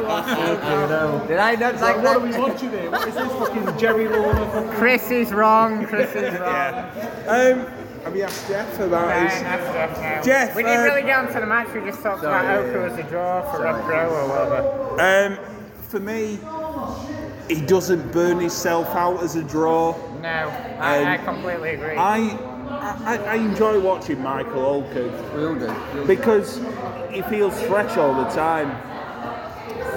that?
Did I not like that?
watching here? What is this fucking Jerry Lawler?
Chris is wrong. Chris is wrong.
Um, have you asked Jeff about his. Jeff,
we didn't
uh,
really get onto the match. We just talked about Oku as a draw for Rob Pro or whatever.
Um, for me, he doesn't burn himself out as a draw.
No, I, I
Um,
completely agree.
I, I, I enjoy watching Michael Olkert
We all do. We all do.
because he feels fresh all the time.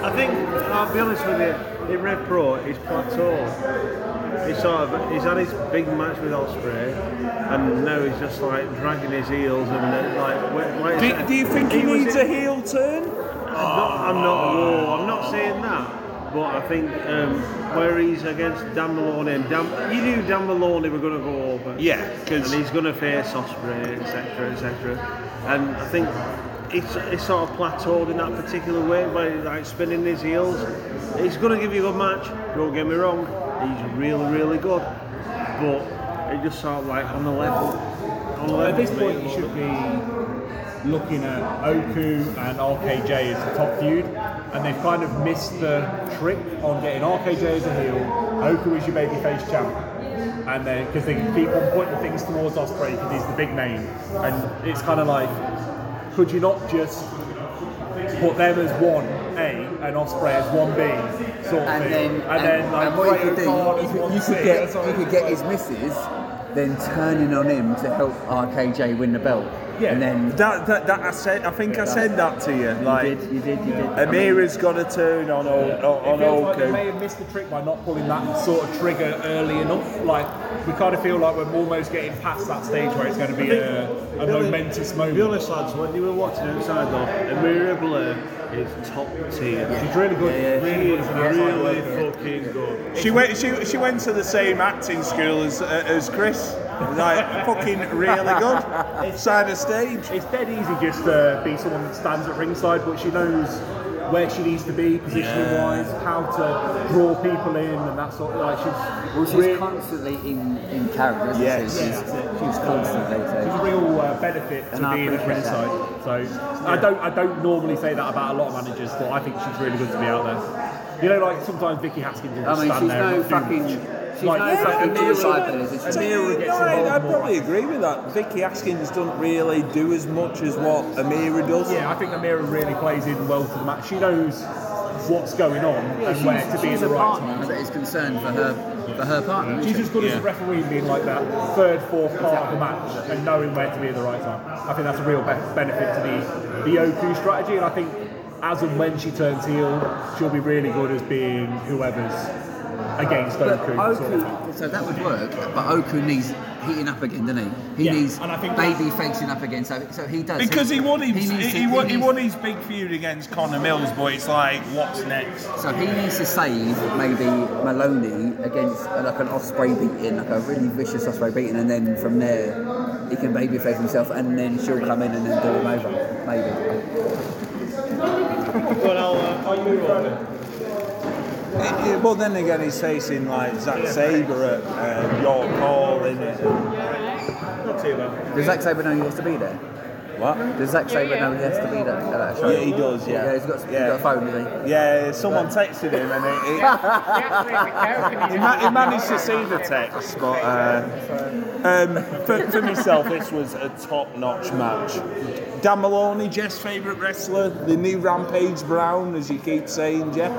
I think I'll be honest with you. In Red Pro, he's plateaued. He's sort of he's had his big match with Osprey, and now he's just like dragging his heels and uh, like. Where, where is
Do,
it?
do you think he,
was
needs
in-
a heel turn?
Not, I'm not. Whoa, I'm not saying that. But I think um, where he's against Dan Maloney, and Dan, you knew Dan Maloney were going to go over.
Yeah, 'cause-
and he's going to face Osprey, etc., etc. And I think it's, it's sort of plateaued in that particular way by like spinning his heels. He's going to give you a good match. Don't get me wrong. He's really, really good. But it just sort of like on the level. On the level
At this
for me
point, you
the
should
moment.
be looking at Oku and RKJ as the top feud, and they've kind of missed the trick on getting RKJ as a heel, Oku as your babyface champ, and then because they can keep on pointing things towards Osprey because he's the big name, and it's kind of like, could you not just put them as one A and Osprey as one B, sort of
and
thing.
then
and, then like
and what you
Great
could do,
O'Connor
you
as
could,
one
you
C
could
or
get you
something.
could get his missus, then turning on him to help RKJ win the belt,
Yeah.
and then
That, that, that I said. I think I said that to you. Like
you did, you did, you did.
Amira's got to turn on on,
It
on
feels like they
Oku.
may have missed the trick by not pulling that sort of trigger early enough. Like we kind of feel like we're almost getting past that stage where it's going to be a, a momentous
Be
moment.
honest, lads, when you were watching outside though, Amira Blair is top tier. She's really good. Really, really fucking good.
She went. She, she went to the same acting school as uh, as Chris. Like fucking really good. Side of stage.
It's dead easy just to be someone that stands at ringside, but she knows where she needs to be, positioning wise, how to draw people in, and that sort of like she's,
Well, she's
re-
constantly in, in character. Isn't
Yes.
she? She's, she's constantly.
She's
So.
a real uh, benefit to
And I
being at
appreciate that.
ringside. So I don't I don't normally say that about a lot of managers, but I think she's really good to be out there. You know, like sometimes Vicky Haskins will just
I mean,
stand
she's
there
no
and do
fucking.
much.
She's
Like,
no
yeah,
fucking
no, she's
suicide killer, is she?
Amira gets
No, I-
involved
I
more.
probably agree with that. Vicky Askins doesn't really do as much as what Amira does.
Yeah, I think Amira really plays in well to the match. She knows what's going on and where to be in
She's
the
a
right time.
partner that is concerned for her for her partner.
She's
Isn't
as
she?
good as a referee being like that third, fourth part of the match and knowing where to be at the right time. I think that's a real be- benefit to the the Oku strategy, and I think as and when she turns heel, she'll be really good as being whoever's against
But
Oku. sort of thing.
Oku, so that would work. But Oku needs heating up again, doesn't he? He
Yeah,
needs
and I think
baby facing up again. So, so he does.
Because he won his
needs
he,
to-
he, won, he
needs-
won his big feud against Connor Mills, but it's like what's next?
So he needs to save maybe Maloney against uh, like an Osprey beating, like a really vicious Osprey beating, and then from there he can babyface himself, and then she'll come in and then do him over, maybe.
But I'll, uh, I'll move on.
It- it- well, then again, he's facing like Zack Sabre at uh, York Hall, isn't it?
Not too bad.
Does Zack Sabre know he has to be there?
What?
Does Zack Sabre know he has to be there at that show?
Yeah, he does. Yeah.
Yeah, he's got, he's
yeah.
got a phone, has he?
Yeah, someone texted him and it, it, he, ma- he managed to see the text, but uh, um, for, for myself, this was a top-notch match. Dan Maloney, Jeff's favourite wrestler, the new Rampage Brown, as you keep saying, Jeff.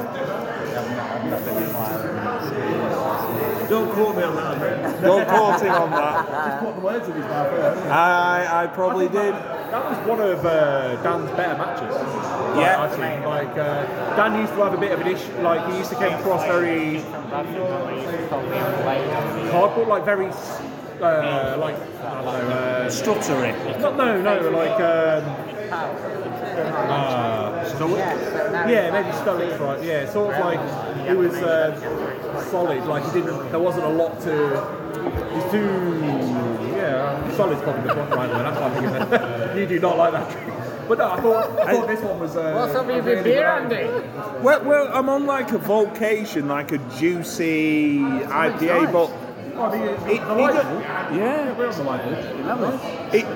Don't quote me on that, man.
Don't quote him on that.
Put the words in his mouth, yeah.
I, I probably did.
That was one of uh, Dan's better matches. Like,
Yeah.
I think. Like uh, Dan used to have a bit of an issue. Like he used to come across very cardboard, like very uh, like I don't know. Uh,
Stuttery.
Not, no, no, like. Um, Uh, yeah, maybe stoic, right? Yeah, sort of like it was uh, solid. Like he didn't. There wasn't a lot to. He's too. Yeah, solid's probably the right word. That's what I'm thinking. of. you do not like that. But no, I thought, I thought this one was. Uh,
What's up with
really
the beer,
good.
Andy?
Well, well, I'm on like a vocation, like a juicy IPA, but
I mean, it's
It-
delightful.
it-
yeah, it was delightful.
it, it-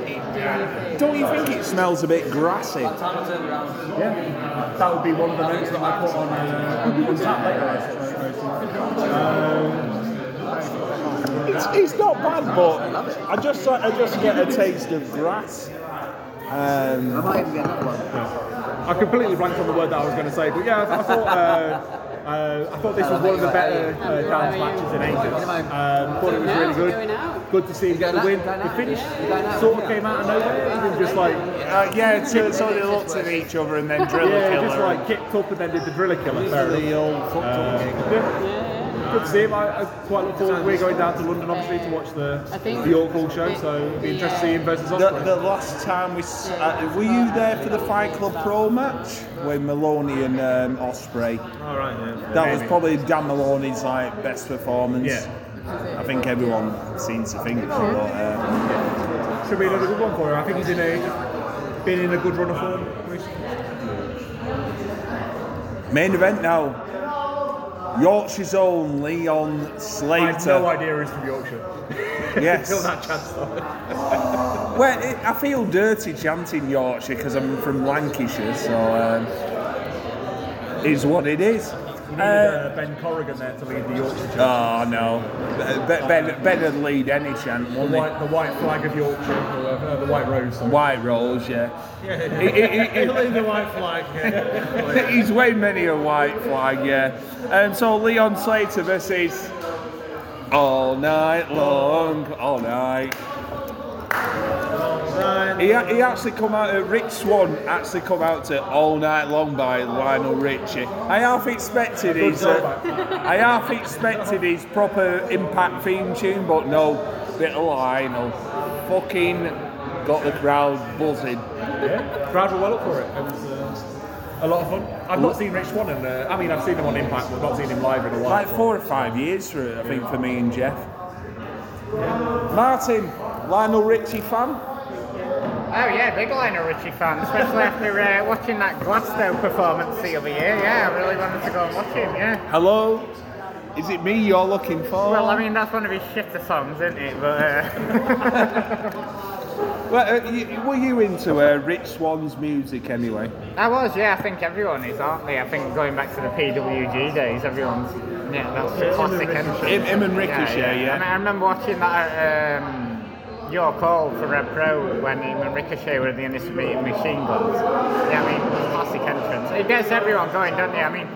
don't you think it smells a bit grassy?
Yeah, that would be one of the notes that I put on, uh, on tap later. I suppose. Um,
It's, it's not bad, but I just I just get a taste of grass.
I
Um,
might even get another one.
I completely blanked on the word that I was going to say, but yeah, I, I thought. Uh, uh, I thought this was one of the better uh, dance matches in ages. Um, thought it was really good. Good to see him get the win. The finish sort of came out of nowhere. He was just like,
Uh, yeah, so, so they looked at each other and then drilled
yeah,
killer.
just like kicked up and then did the driller killer. Fair enough. Uh, yeah. Good to see him. I, I quite look forward. We're going down to London, obviously, to watch the the York Hall show, so it'll be interesting to see him versus
the,
Osprey.
the last time we s- uh, were you there for the Fight Club Pro match when Maloney and um, Osprey?
All right, yeah.
That was probably Dan Maloney's like best performance. I think everyone seems to think. But, uh,
Should be another good one for him. I think he's in a been in a good run of form recently.
main event now. Yorkshire's own Leon Slater.
I had no idea he's from Yorkshire.
Yes.
Until that chance started.
Well, it, I feel dirty chanting Yorkshire because I'm from Lancashire, so um, is Uh, what it is.
We needed uh, Ben Corrigan there to lead the Yorkshire chant.
Oh no, Be- Ben Ben would lead any chant,
the,
wouldn't he?
white, the white flag of Yorkshire, or the, uh, the white rose. sorry.
White rolls, yeah. He- he-
He'll
he-
lead the white flag.
he-
Yeah.
he's way many a white flag, yeah. And so Leon Slater versus all night long, all night. He, a- he actually come out to Rich Swan actually come out to All Night Long by Lionel Richie. I half expected his uh, I half expected his proper impact theme tune, but no, little Lionel fucking got the crowd buzzing.
yeah. Crowd were well up for it. It was uh, a lot of fun. I've not seen Rich Swan in. Uh, I mean, I've seen him on Impact, but not seen him live in a while.
Like four or five years for I think for me and Jeff. Martin, Lionel Richie fan?
Oh yeah, big Lionel Richie fan, especially after uh, watching that Glasgow performance the other year. Yeah, I really wanted to go and watch him. Yeah.
Hello? Is it me you're looking for?
Well, I mean that's one of his shitter songs, isn't it? But uh,
Well, uh, you, were you into uh, Rich Swan's music anyway?
I was, yeah. I think everyone is, aren't they? I think going back to the PWG days, everyone's yeah, that's the classic.
Him- him and Ricochet, yeah.
I, mean, I remember watching that at um, York Hall for Red Pro when him and Ricochet were at the initial meeting machine guns. Yeah, I mean classic entrance. It gets everyone going, doesn't it? I mean,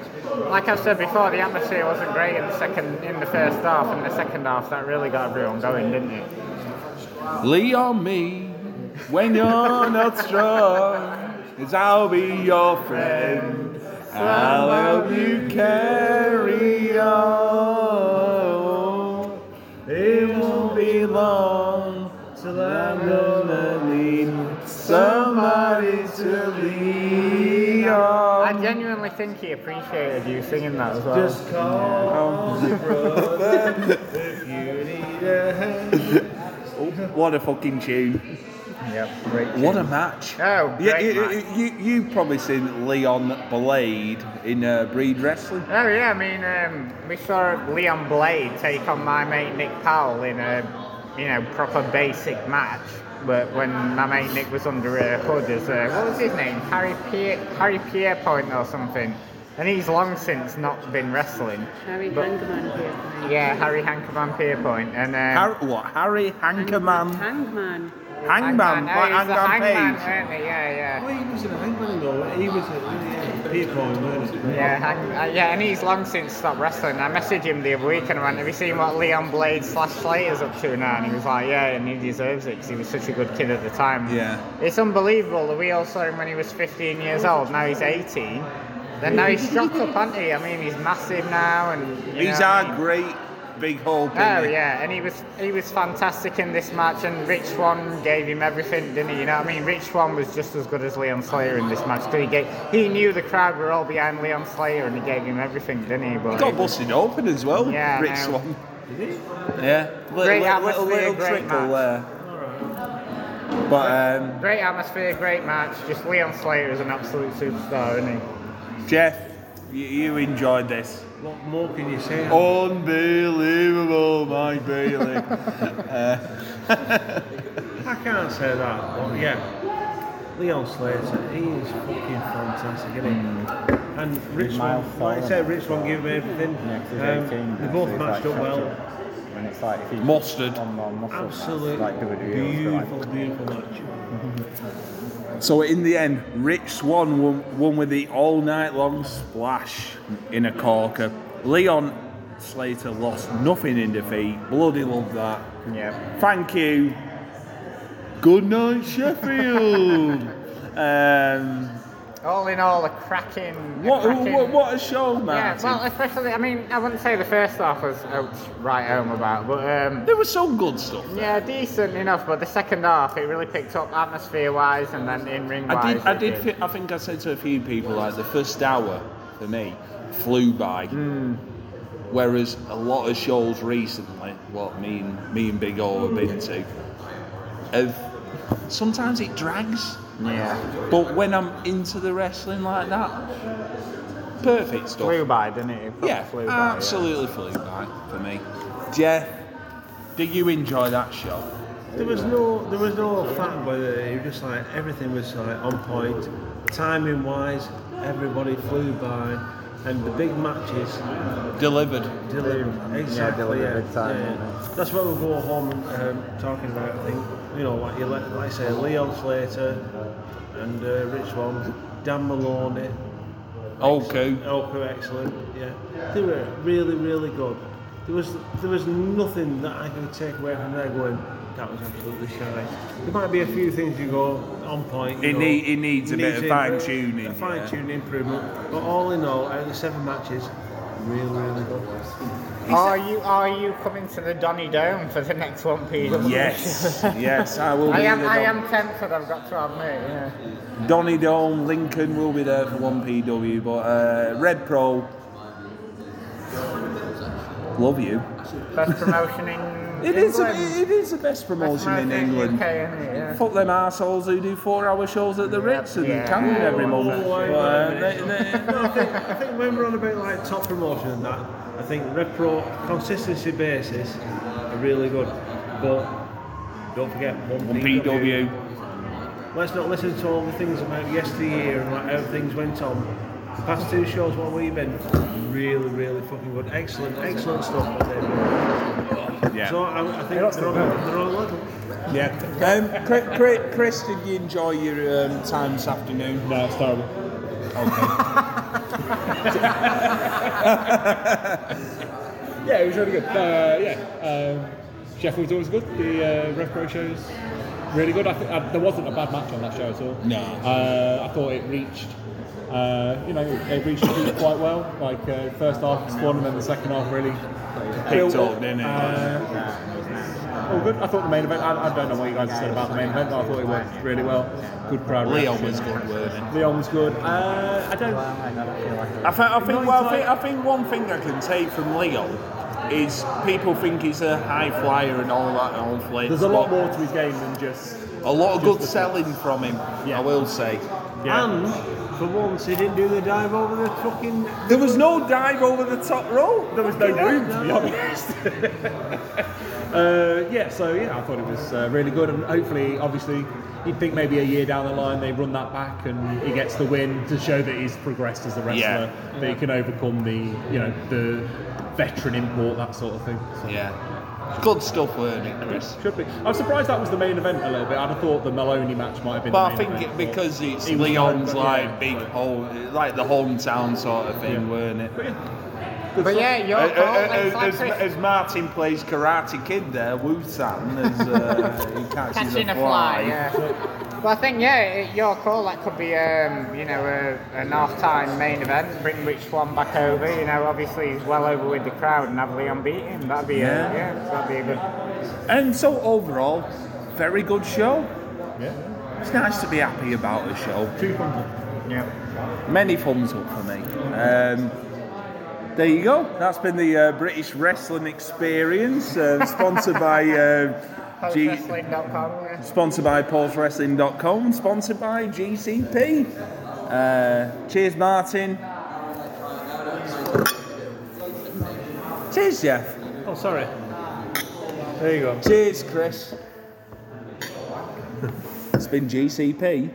like I said before, the atmosphere wasn't great in the second, in the first half, and the second half that really got everyone going, didn't it?
Lean on me when you're not strong, cause I'll be your friend. I'll help you carry on. It won't be long till I'm gonna need somebody to lean
I
on.
genuinely think he appreciated you singing that as well.
What a fucking tune. What a match.
Oh, great
yeah, you,
match.
you, you, you've probably seen Leon Blade in uh, Breed Wrestling.
Oh yeah, I mean, um, we saw Leon Blade take on my mate Nick Powell in a, you know, proper basic match. But when my mate Nick was under a hood as a, what was his name, Harry Pierre, Harry Pierre Point or something, and he's long since not been wrestling.
Harry
But-
Hangman here.
Yeah, Harry Hankerman Pierpoint, and um,
Har- what? Harry Hankerman?
Hangman.
Hangman?
oh,
Like
he was the
Hangman
Hangman,
Page?
weren't he? Yeah, yeah.
Well, he was in a Hangman though. He was a people, wasn't he?
Yeah, I, I, yeah, and he's long since stopped wrestling. I messaged him the other week and I went, "Have you seen what Leon Blade slash Slater's up to now?" And he was like, "Yeah, and he deserves it because he was such a good kid at the time."
Yeah.
it's unbelievable that we all saw him when he was 15 years old. Now he's 18. Then now he's shot up, hasn't he? I mean, he's massive now, and you
He's
know, I
our
mean-
great big hope.
Oh
isn't he?
yeah, and he was he was fantastic in this match, and Rich Swan gave him everything, didn't he? You know what I mean? Rich Swan was just as good as Leon Slayer in this match. 'cause He gave, he knew the crowd were all behind Leon Slayer, and he gave him everything, didn't he? But
He got busted open as well,
Yeah, I
Rich
know.
Swan. Yeah. Little,
Great
little, little,
atmosphere, great
trickle
match.
there. But um,
great atmosphere, great match. Just Leon Slayer is an absolute superstar, isn't he?
Jeff, you, you enjoyed this.
What more can you say?
Oh.
Unbelievable, Mike Bailey.
I can't say that, but yeah. Leon Slater, he is fucking fantastic, isn't he? And Rich one, like I said, Rich one gave me everything. um, they both matched up well.
And it's like if you
Mustard.
Absolutely beautiful, beautiful match.
So in the end, Rich Swan won, won with the all night long splash in a corker. Leon Slater lost nothing in defeat. Bloody love that.
Yeah.
Thank you. Good night, Sheffield. um,
All in all, a cracking. a
what,
cracking-
what, what a show,
Yeah,
Martin.
well, especially, I mean, I wouldn't say the first half was ouch right home about, but um,
there was some good stuff.
Yeah, decent enough, but the second half it really picked up atmosphere wise and then in ring wise.
I did. I did. Th- I think I said to a few people like the first hour for me flew by.
Hmm.
Whereas a lot of shows recently, what me and me and Big O have been to, have sometimes it drags.
Yeah.
But when I'm into the wrestling like that, perfect stuff.
Flew by, didn't it? it probably
yeah,
flew by,
absolutely flew by for me. Jeff, did you enjoy that show?
There was no, there was no fat with it. It was just like everything was like on point, timing wise. Everybody flew by. and the big matches
Delivered.
delivered. Exactly.
delivered
Yeah,
big time,
yeah, yeah. That's what we'll go home um, talking about. I think you know, like you let, like I say, Leon Slater and uh, Rich One, Dan Maloney,
Okay.
Elko, excellent. Yeah, they were really, really good. There was there was nothing that I could take away from there going. That was absolutely shy. There might be a few things you go on point. you
It
know,
need- it needs a bit of
needs
fine-tuning,
A fine tuning improvement. But all in all, out of the seven matches, really, really good.
Are you are you coming to the Donny Dome for the next one, Peter?
Yes, yes, I will be
I am.
the
I
Don-
am tempted. I've got to admit. Yeah.
Donny Dome, Lincoln will be there for 1PW, but uh, Red Pro, love you.
Best promotion in.
It is, a,
England.
it is the best
Best
promotion
promotion
in England.
UK, isn't it? Yeah.
Fuck them arseholes who do four hour shows at the Ritz and
Yeah.
Camden every month.
Oh,
But, uh,
I-
they- they-
I think, I think when we're on about like top promotion and that, I think repro consistency basis are really good. But don't forget one,
PW.
Let's not listen to all the things about yesteryear and like how things went on. The past two shows, what we've been really, really fucking good. Excellent, excellent stuff. With
Yeah.
So I, I think they're on, they're on level.
Yeah. Um, Chri- Chri- Chris, did you enjoy your um, time this afternoon?
No, it's terrible. Okay. yeah, it was really good. Uh, yeah, um, Sheffield's always good. The uh, Rev Pro shows really good. I th- I, there wasn't a bad match on that show at all.
No.
Uh, I thought it reached. Uh, you know, it reached the peak quite well. Like uh, first half one, and then the second half really
Picked
built
up, didn't it?
Uh, all good. I thought the main event. I, I don't know what you guys have said about the main event, but I thought it worked really well. Good crowd.
Leon
reaction.
was good, weren't he?
Leon was good. Uh, I don't.
I, thi- I think, well, I, think, I think one thing I can take from Leo is people think he's a high flyer and all that and all flakes.
There's a lot
but
more to his game than just.
A lot of
Just
good
the-
selling from him, I will say.
And for once, he didn't do the dive over the fucking
There was no dive over the top rope.
There was no room, to be honest. uh, yeah, so yeah, I thought it was uh, really good, and hopefully, obviously, you'd think maybe a year down the line they run that back and he gets the win to show that he's progressed as a wrestler,
Yeah.
that he can overcome the you know the veteran import that sort of thing. So.
Yeah. Good stuff, weren't it, Chris?
Should be. I'm surprised that was the main event a little bit. I'd have thought the Maloney match might have been.
But I
the main
think it,
event,
because it's
He was
Leon's
known,
like
yeah,
big
so-
home, like the hometown sort of thing,
Yeah.
weren't it?
but, yeah,
But yeah, your
Uh, uh,
call.
uh,
Thanks,
uh,
like
as,
Chris.
as Martin plays Karate Kid there, Wu San, as uh, he catches
catching a fly. Yeah. Well, I think yeah, it, your call. That could be um, you know a, an half-time main event. Bring Rich Swan back over. You know, obviously he's well over with the crowd, and have Leon beat him. That'd be
Yeah.
a, yeah, that'd be a good.
And so overall, very good show.
yeah,
It's nice to be happy about a show.
two thumbs.
Yeah.
Many thumbs up for me. Um, there you go. That's been the uh, British wrestling experience, uh, sponsored by uh, G-
Postwrestling.com. Yeah.
sponsored by paulswrestling.com, sponsored by GCP. Uh, cheers, Martin. Cheers, Jeff.
Oh, sorry. There you go.
Cheers, Chris. it's been GCP.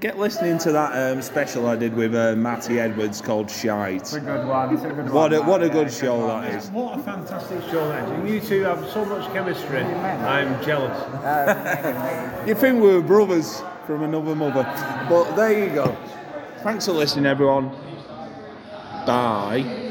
Get listening to that um, special I did with uh, Matty Edwards called Shite.
It's a good one. It's a good
What
one.
a, what a
Yeah,
good
it's
show
one.
that is.
What a fantastic show that is. And you two have so much chemistry. I'm jealous.
You think we were brothers from another mother. But there you go. Thanks for listening, everyone. Bye.